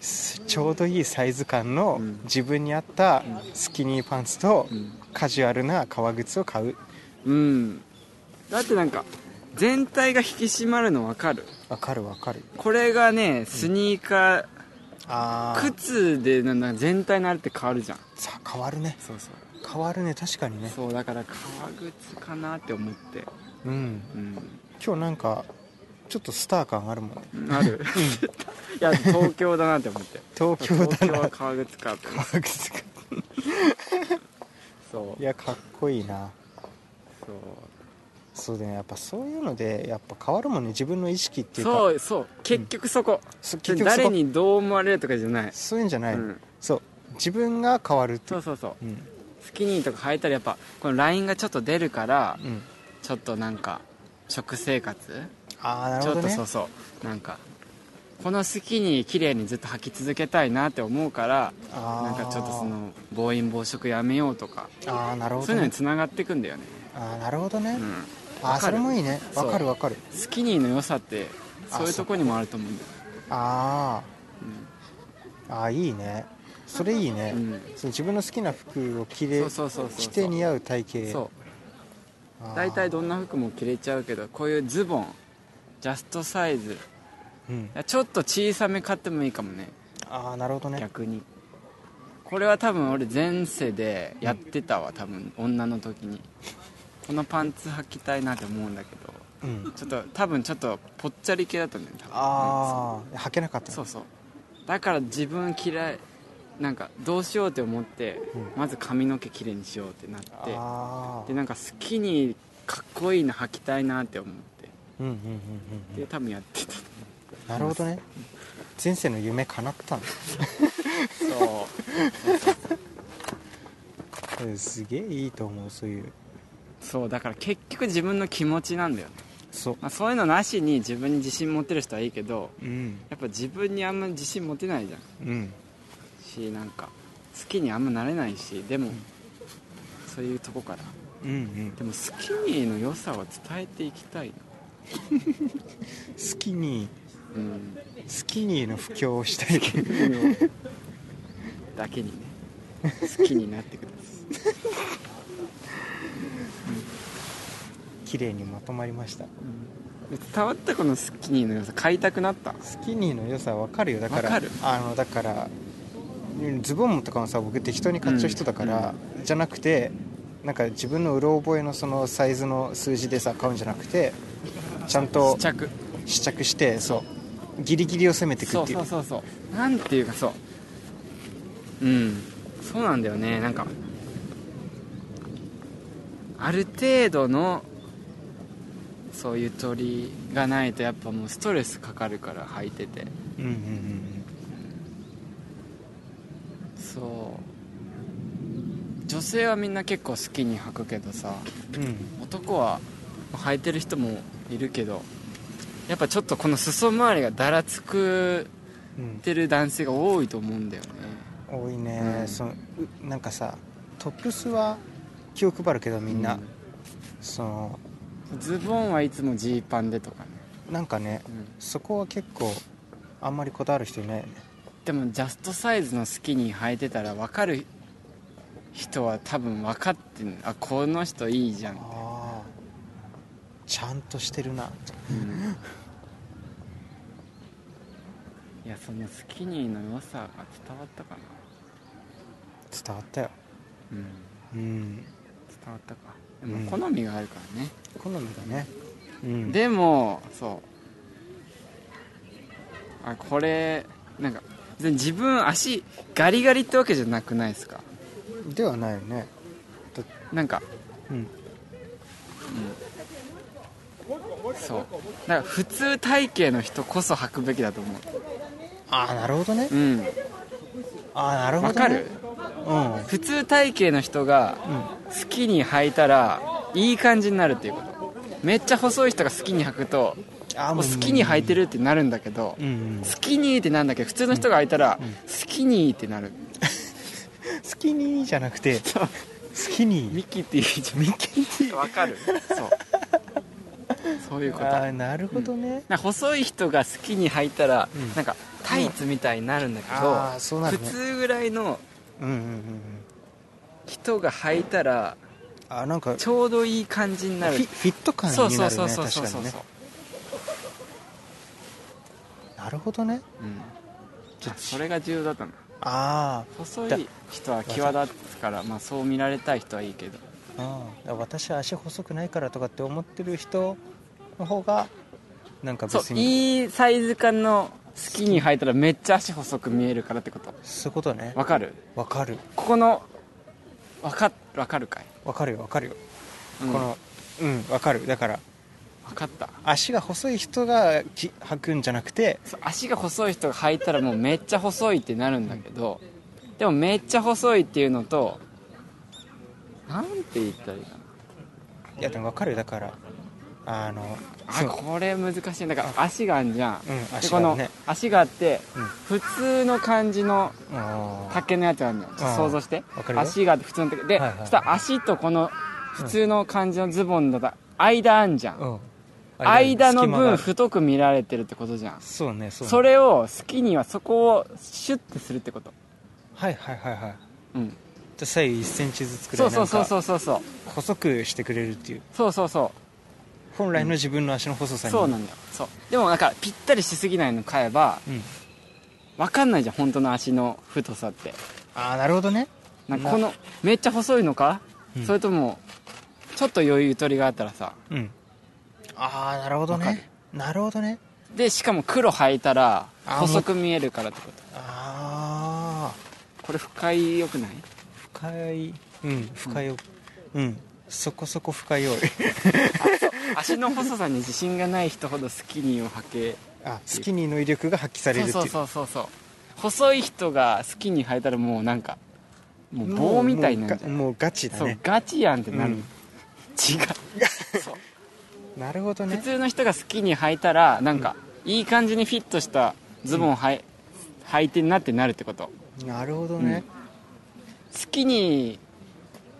[SPEAKER 1] すちょうどいいサイズ感の
[SPEAKER 2] うん
[SPEAKER 1] 自分に合ったスキニーパンツと
[SPEAKER 2] うん
[SPEAKER 1] カジュアルな革靴を買う
[SPEAKER 2] うんだってなんか全体が引き締まるの分かる
[SPEAKER 1] わかるわかる
[SPEAKER 2] これがねスニーカ
[SPEAKER 1] あ
[SPEAKER 2] ー、
[SPEAKER 1] ー
[SPEAKER 2] 靴でなんか全体のあれって変わるじゃん
[SPEAKER 1] さ変わるね
[SPEAKER 2] そうそう
[SPEAKER 1] 変わるね確かにね
[SPEAKER 2] そうだから革靴かなって思って
[SPEAKER 1] うん
[SPEAKER 2] うん
[SPEAKER 1] 今日なんかちょっとスター感あるもんね
[SPEAKER 2] あ るいや東京だなって思って
[SPEAKER 1] 東京だ
[SPEAKER 2] 東京は
[SPEAKER 1] な
[SPEAKER 2] 革靴かって思って そ
[SPEAKER 1] いうやかっこいいな
[SPEAKER 2] そう
[SPEAKER 1] そうだねやっぱそういうのでやっぱ変わるもんね自分の意識っていうか
[SPEAKER 2] そうそう結局そこ、
[SPEAKER 1] そ
[SPEAKER 2] で
[SPEAKER 1] 結局そこ
[SPEAKER 2] 誰にどう思われるとかじゃない、
[SPEAKER 1] そういうんじゃない、
[SPEAKER 2] うん、
[SPEAKER 1] そう自分が変わるってい
[SPEAKER 2] そううそうそう
[SPEAKER 1] うん
[SPEAKER 2] スキニーとか履いたらやっぱこのラインがちょっと出るから
[SPEAKER 1] うん
[SPEAKER 2] ちょっとなんか食生活、
[SPEAKER 1] ああなる
[SPEAKER 2] ち
[SPEAKER 1] ほ
[SPEAKER 2] ょ
[SPEAKER 1] ど
[SPEAKER 2] っと
[SPEAKER 1] ね
[SPEAKER 2] そうそうなんかこのスキニー綺麗にずっと履き続けたいなって思うから
[SPEAKER 1] あ
[SPEAKER 2] なん
[SPEAKER 1] ー
[SPEAKER 2] かちょっとその暴飲暴食やめようとか
[SPEAKER 1] ああなるほ
[SPEAKER 2] そ
[SPEAKER 1] ど
[SPEAKER 2] ういうのに
[SPEAKER 1] ね
[SPEAKER 2] つながっていくんだよね、
[SPEAKER 1] ああなるほどね、
[SPEAKER 2] うん、
[SPEAKER 1] あ
[SPEAKER 2] わ
[SPEAKER 1] あそ
[SPEAKER 2] かる
[SPEAKER 1] れもいいね
[SPEAKER 2] そう
[SPEAKER 1] わかるわかる
[SPEAKER 2] スキニーの良さってそういうとこにもあると思うんだよ
[SPEAKER 1] ああ、ああいいねそれいいね、
[SPEAKER 2] うん
[SPEAKER 1] そう自分の好きな服を着
[SPEAKER 2] そ
[SPEAKER 1] れ
[SPEAKER 2] うそうそうそう
[SPEAKER 1] 着て似合う体型
[SPEAKER 2] そう
[SPEAKER 1] ああ
[SPEAKER 2] 大体どんな服も着れちゃうけどこういうズボンジャストサイズ
[SPEAKER 1] うん
[SPEAKER 2] ちょっと小さめ買ってもいいかもね
[SPEAKER 1] ああなるほどね
[SPEAKER 2] 逆にこれは多分俺前世でやってたわ多分女の時にこのパンツ履きたいなって思うんだけど
[SPEAKER 1] うん
[SPEAKER 2] ちょっと多分ちょっとぽっちゃり系だったんだよね多分
[SPEAKER 1] ああ履けなかったね
[SPEAKER 2] そうそうだから自分嫌いなんかどうしようって思って、
[SPEAKER 1] う
[SPEAKER 2] まず髪の毛きれいにしようってなって
[SPEAKER 1] ああ
[SPEAKER 2] でなんか好きにかっこいいの履きたいなって思って
[SPEAKER 1] うんうんうんうんう
[SPEAKER 2] で多分やってた
[SPEAKER 1] んなるほどね前世の夢叶ったんだ
[SPEAKER 2] そう
[SPEAKER 1] うんすげえいいと思うそういう
[SPEAKER 2] そうだから結局自分の気持ちなんだよね、
[SPEAKER 1] そう
[SPEAKER 2] まあ、そういうのなしに自分に自信持てる人はいいけど
[SPEAKER 1] うん
[SPEAKER 2] やっぱ自分にあんま自信持てないじゃん
[SPEAKER 1] うん
[SPEAKER 2] しなんか好きにあんまなれないしでも、そういうとこから
[SPEAKER 1] うんうん
[SPEAKER 2] でも好きにの良さは伝えていきたいな
[SPEAKER 1] スキニ
[SPEAKER 2] うん
[SPEAKER 1] ースキニーの布教をしたい
[SPEAKER 2] だけにね好きになってくださ
[SPEAKER 1] 綺麗にまとまりました
[SPEAKER 2] い伝わったこのスッキニーの良さ買いたくなった
[SPEAKER 1] スキニーの良さわかるよだから
[SPEAKER 2] わかる
[SPEAKER 1] あのだからズボンとかもさ僕適当に買っちゃう人だから、じゃなくてなんか自分のうろ覚えのそのサイズの数字でさ買うんじゃなくてちゃんと
[SPEAKER 2] 試着
[SPEAKER 1] 試着してそうギリギリを攻めていく
[SPEAKER 2] そ
[SPEAKER 1] っ
[SPEAKER 2] う
[SPEAKER 1] ていう
[SPEAKER 2] そうそうそうなんていうかそううんそうなんだよねなんかある程度のそういう鳥がないとやっぱもうストレスかかるから履いてて
[SPEAKER 1] うんうんうん
[SPEAKER 2] そう女性はみんな結構好きに履くけどさ
[SPEAKER 1] うんうん
[SPEAKER 2] 男は履いてる人もいるけどやっぱちょっとこの裾周りがだらつくってる男性が多いと思うんだよね
[SPEAKER 1] うん多いね、
[SPEAKER 2] うん
[SPEAKER 1] そのうなんかさトップスは気を配るけどみんな、その
[SPEAKER 2] うんズボンはいつもジーパンでとかね、
[SPEAKER 1] なんかね
[SPEAKER 2] うん
[SPEAKER 1] そこは結構あんまりこだわる人いないよね
[SPEAKER 2] でもジャストサイズのスキニー履いてたら分かる人は多分分かってんあこの人いいじゃん、
[SPEAKER 1] ああちゃんとしてるな
[SPEAKER 2] うんいやそのスキニーの良さが伝わったかな
[SPEAKER 1] 伝わったよ
[SPEAKER 2] うん
[SPEAKER 1] うん
[SPEAKER 2] 伝わったかで
[SPEAKER 1] うん
[SPEAKER 2] も好みがあるからね、
[SPEAKER 1] 好みだねうん
[SPEAKER 2] でもそうあこれなんか別に自分足ガリガリってわけじゃなくないですか
[SPEAKER 1] ではないよね
[SPEAKER 2] なんか
[SPEAKER 1] うん
[SPEAKER 2] そうだから普通体型の人こそ履くべきだと思
[SPEAKER 1] ああなるほどね
[SPEAKER 2] ううん
[SPEAKER 1] ああなるほど、ね、
[SPEAKER 2] わかる
[SPEAKER 1] うん
[SPEAKER 2] 普通体型の人が好きに履いたらいい感じになるっていうことめっちゃ細い人が好きに履くと
[SPEAKER 1] あ
[SPEAKER 2] 好きに履いてるってなるんだけど
[SPEAKER 1] うん、うん、
[SPEAKER 2] 好きにってなんだけど普通の人が履いたら好きにってなる
[SPEAKER 1] 好きにじゃなくて
[SPEAKER 2] そう
[SPEAKER 1] 好きに
[SPEAKER 2] ミキティじゃんミキティわかるそうそういうこと
[SPEAKER 1] ああなるほどね、
[SPEAKER 2] なんか細い人が好きに履いたら、
[SPEAKER 1] うん
[SPEAKER 2] なんかタイツみたいになるんだけど、
[SPEAKER 1] あーそうなるね
[SPEAKER 2] 普通ぐらいの
[SPEAKER 1] うん、うんうんうん
[SPEAKER 2] 人が履いたら
[SPEAKER 1] あなんか
[SPEAKER 2] ちょうどいい感じにな
[SPEAKER 1] フ
[SPEAKER 2] る
[SPEAKER 1] ィフィット感に
[SPEAKER 2] そうそ
[SPEAKER 1] な
[SPEAKER 2] う
[SPEAKER 1] る
[SPEAKER 2] そう
[SPEAKER 1] ね
[SPEAKER 2] そう
[SPEAKER 1] 確
[SPEAKER 2] そう
[SPEAKER 1] か
[SPEAKER 2] そう
[SPEAKER 1] にねなるほどね
[SPEAKER 2] うんあそれが重要だったの
[SPEAKER 1] あ
[SPEAKER 2] 細
[SPEAKER 1] だ
[SPEAKER 2] い人は際立つから、まあ、そう見られたい人はいいけど
[SPEAKER 1] あうん、私は足細くないからとかって思ってる人の方がなんか
[SPEAKER 2] そ
[SPEAKER 1] 別
[SPEAKER 2] う
[SPEAKER 1] に
[SPEAKER 2] いいサイズ感のスキニー履いたらめっちゃ足細く見えるからってこと
[SPEAKER 1] そういうことね
[SPEAKER 2] わかる
[SPEAKER 1] わかる
[SPEAKER 2] ここのわかわかるかい、
[SPEAKER 1] わかるよわかるよ、
[SPEAKER 2] うん
[SPEAKER 1] このうんわかるだから
[SPEAKER 2] わかった
[SPEAKER 1] 足が細い人がき履くんじゃなくて
[SPEAKER 2] そう足が細い人が履いたらもうめっちゃ細いってなるんだけどでもめっちゃ細いっていうのとなんて言ったらいいか
[SPEAKER 1] いやでもわかるよだからあの
[SPEAKER 2] なあこれ難しいだから足があんじゃん、
[SPEAKER 1] うん
[SPEAKER 2] で
[SPEAKER 1] 足
[SPEAKER 2] こ
[SPEAKER 1] が
[SPEAKER 2] の
[SPEAKER 1] ね
[SPEAKER 2] 足があって、
[SPEAKER 1] うん
[SPEAKER 2] 普通の感じの
[SPEAKER 1] あー
[SPEAKER 2] 竹のやつなんだよちょっと想像して
[SPEAKER 1] わかるよ
[SPEAKER 2] 足があって普通の竹で、
[SPEAKER 1] はいはい
[SPEAKER 2] そしたら足とこの普通の感じのズボンだったら間あんじゃん、
[SPEAKER 1] うん
[SPEAKER 2] 間の
[SPEAKER 1] 隙間がある
[SPEAKER 2] 分太く見られてるってことじゃん
[SPEAKER 1] そうねそうね
[SPEAKER 2] それを好きにはそこをシュッてするってこと
[SPEAKER 1] はいはいはいはい
[SPEAKER 2] うん
[SPEAKER 1] じゃあ左右1センチずつくら
[SPEAKER 2] そ
[SPEAKER 1] いう
[SPEAKER 2] そうそう
[SPEAKER 1] う
[SPEAKER 2] そうそうそう
[SPEAKER 1] 細くしてくれるっていう
[SPEAKER 2] そうそうそ
[SPEAKER 1] 本来の自分の足の細
[SPEAKER 2] う
[SPEAKER 1] さに
[SPEAKER 2] そうなんだよそうでもなんかぴったりしすぎないの買えば
[SPEAKER 1] うん
[SPEAKER 2] 分かんないじゃん本当の足の太さって
[SPEAKER 1] ああなるほどね
[SPEAKER 2] なんかこのめっちゃ細いのか、
[SPEAKER 1] うん
[SPEAKER 2] それともちょっと余裕ゆとりがあったらさ
[SPEAKER 1] うんああなるほど
[SPEAKER 2] わかる
[SPEAKER 1] ねなるほどね
[SPEAKER 2] でしかも黒履いたら
[SPEAKER 1] あ
[SPEAKER 2] 細く見えるからってこと
[SPEAKER 1] ああ
[SPEAKER 2] これ不快よくない
[SPEAKER 1] 深いうん深いようん、そこそこ深 いよ
[SPEAKER 2] 足の細さに自信がない人ほどスキニーを履け
[SPEAKER 1] あスキニーの威力が発揮されるってい
[SPEAKER 2] そううそうそうそう細い人がスキニー履いたらもうなんかもう棒みたいになるじゃん
[SPEAKER 1] もうもうガチだ
[SPEAKER 2] そう
[SPEAKER 1] ね
[SPEAKER 2] ガチやんってなる、
[SPEAKER 1] うん
[SPEAKER 2] 違うそう
[SPEAKER 1] なるほど
[SPEAKER 2] 普
[SPEAKER 1] ね
[SPEAKER 2] 通の人が好きに履いたらなんかいい感じにフィットしたズボンをはい、履いてんなってなるってこと
[SPEAKER 1] なるほどね、
[SPEAKER 2] 好きに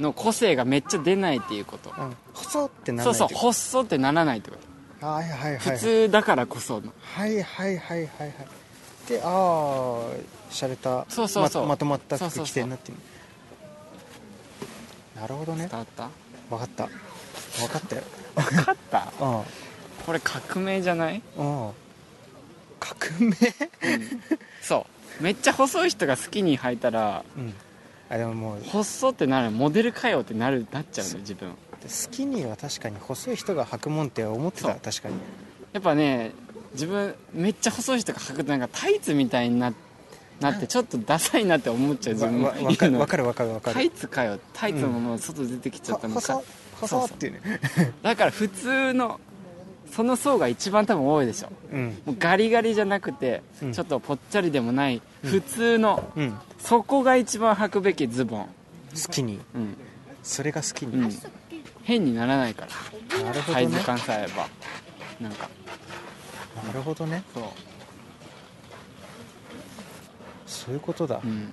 [SPEAKER 2] の個性がめっちゃ出ないっていうこと
[SPEAKER 1] うん細ってな
[SPEAKER 2] そ
[SPEAKER 1] ら
[SPEAKER 2] う
[SPEAKER 1] ないっ
[SPEAKER 2] そう
[SPEAKER 1] てこ
[SPEAKER 2] 細ってならないってこと
[SPEAKER 1] とはいはいはい
[SPEAKER 2] 普通だからこその、
[SPEAKER 1] はいはいはいはいはいでああ洒落た
[SPEAKER 2] そうそうそう
[SPEAKER 1] ままとまった
[SPEAKER 2] そうそう
[SPEAKER 1] 服着
[SPEAKER 2] そう
[SPEAKER 1] てんなっていうなるほどね
[SPEAKER 2] 伝わった
[SPEAKER 1] 分かった分かったよ
[SPEAKER 2] 分かった
[SPEAKER 1] うんうん
[SPEAKER 2] これ革命じゃない、
[SPEAKER 1] 革命
[SPEAKER 2] そうめっちゃ細い人が好きに履いたら
[SPEAKER 1] うんあでももう
[SPEAKER 2] 細ってなるモデルかよってなるなっちゃうのよ自分
[SPEAKER 1] スキニーは確かに細い人が履くもんって思ってた
[SPEAKER 2] そう
[SPEAKER 1] 確かに
[SPEAKER 2] やっぱね自分めっちゃ細い人が履くとなんかタイツみたいにななってちょっとダサいなって思っちゃう自
[SPEAKER 1] わ
[SPEAKER 2] 分
[SPEAKER 1] わ
[SPEAKER 2] が
[SPEAKER 1] わかる
[SPEAKER 2] いる
[SPEAKER 1] わ
[SPEAKER 2] の
[SPEAKER 1] かるわかるわか
[SPEAKER 2] タ
[SPEAKER 1] る
[SPEAKER 2] イツかよタイツももう外出てきちゃ
[SPEAKER 1] ほ
[SPEAKER 2] ったのか、
[SPEAKER 1] 細細っていうね
[SPEAKER 2] だから普通のその層が一番多分多いでしょ
[SPEAKER 1] うん
[SPEAKER 2] もうガリガリじゃなくて、
[SPEAKER 1] うん
[SPEAKER 2] ちょっとぽっちゃりでもない普通の、
[SPEAKER 1] うん
[SPEAKER 2] そこが一番履くべきズボン、
[SPEAKER 1] スキニー
[SPEAKER 2] うん
[SPEAKER 1] それがスキニ
[SPEAKER 2] うん
[SPEAKER 1] ー、、
[SPEAKER 2] 変にならないから
[SPEAKER 1] なるほど
[SPEAKER 2] サイズ
[SPEAKER 1] ね
[SPEAKER 2] 感さえあればなんか
[SPEAKER 1] なるほどね
[SPEAKER 2] そう
[SPEAKER 1] そういうことだ
[SPEAKER 2] うん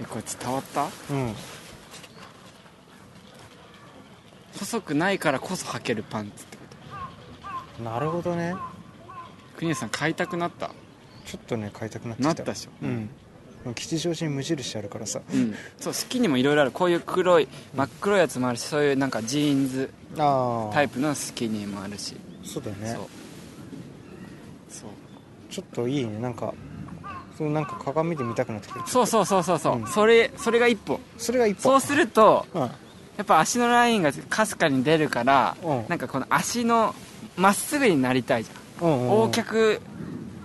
[SPEAKER 2] えこれ伝わった
[SPEAKER 1] うん
[SPEAKER 2] 細くないからこそ履けるパンツってこと
[SPEAKER 1] なるほどね
[SPEAKER 2] 国枝さん買いたくなった
[SPEAKER 1] ちょっとね買いたくなってき
[SPEAKER 2] なったたでしょ
[SPEAKER 1] うんもう吉祥寺に無印あるからさ
[SPEAKER 2] うんそう好きにもいろいろあるこういう黒い真っ黒いやつもあるしそういうなんかジーンズ
[SPEAKER 1] ああ
[SPEAKER 2] タイプのスキニーもあるし、
[SPEAKER 1] そうだよ
[SPEAKER 2] そう
[SPEAKER 1] ね
[SPEAKER 2] そう
[SPEAKER 1] ちょっといいねなんかそうなんか鏡で見たくなってくる
[SPEAKER 2] そうそうそうそうそう、
[SPEAKER 1] うん
[SPEAKER 2] それそれが一歩
[SPEAKER 1] それが一
[SPEAKER 2] そ
[SPEAKER 1] 歩
[SPEAKER 2] うすると
[SPEAKER 1] うん
[SPEAKER 2] やっぱ足のラインがかすかに出るから、
[SPEAKER 1] うん
[SPEAKER 2] なんかこの足のまっすぐになりたいじゃん
[SPEAKER 1] うんうん
[SPEAKER 2] 横脚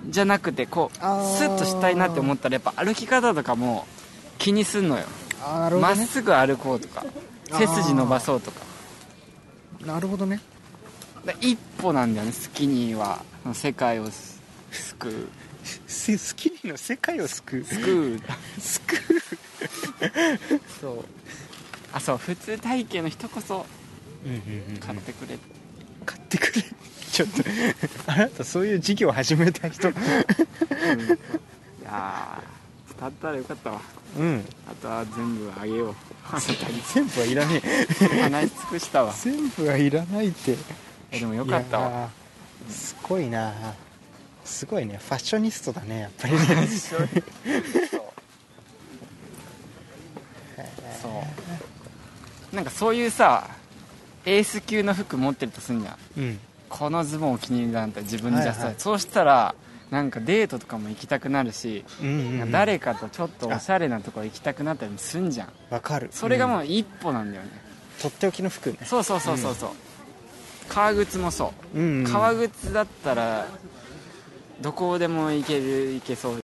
[SPEAKER 2] じゃなくてこうス
[SPEAKER 1] あー
[SPEAKER 2] ッとしたいなって思ったらやっぱ歩き方とかも気にすんのよ
[SPEAKER 1] あーなるほ
[SPEAKER 2] ま
[SPEAKER 1] ど
[SPEAKER 2] っ
[SPEAKER 1] ね
[SPEAKER 2] すぐ歩こうとか
[SPEAKER 1] あー
[SPEAKER 2] 背筋伸ばそうとか
[SPEAKER 1] なるほどね
[SPEAKER 2] だ一歩なんだよねスキニーはその世界をす救う
[SPEAKER 1] せスキニーの世界を救う
[SPEAKER 2] 救う
[SPEAKER 1] 救う
[SPEAKER 2] そうあそう普通体型の人こそ
[SPEAKER 1] うんうんうん
[SPEAKER 2] 買ってくれ、
[SPEAKER 1] 買ってくれちょっとあなたそういう事業始めた人
[SPEAKER 2] うんいやー伝わったらよかったわ
[SPEAKER 1] うん
[SPEAKER 2] あとは全部あげようあなたに
[SPEAKER 1] 全部はいらねえ
[SPEAKER 2] 話し尽くしたわ
[SPEAKER 1] 全部はいらないって
[SPEAKER 2] えでもよかった
[SPEAKER 1] い
[SPEAKER 2] わ
[SPEAKER 1] やーすごいなすごいねファッショニストだねやっぱりね
[SPEAKER 2] そうそうなんかそういうさエース級の服持ってるとすんじゃ
[SPEAKER 1] う
[SPEAKER 2] ん
[SPEAKER 1] ん
[SPEAKER 2] このズボンお気に入りだなんて自分じゃさ、
[SPEAKER 1] はいはい
[SPEAKER 2] そうしたらなんかデートとかも行きたくなるし、
[SPEAKER 1] うん、うん、
[SPEAKER 2] 誰かとちょっとおしゃれなとこ行きたくなったりもすんじゃん
[SPEAKER 1] わかる
[SPEAKER 2] それがも
[SPEAKER 1] う
[SPEAKER 2] う一歩なんだよ
[SPEAKER 1] ん、
[SPEAKER 2] ね、
[SPEAKER 1] とっておきの服ね
[SPEAKER 2] そうそうそうそうそう、革靴もそう
[SPEAKER 1] うんうん
[SPEAKER 2] 革靴だったらどこでも行ける行けそう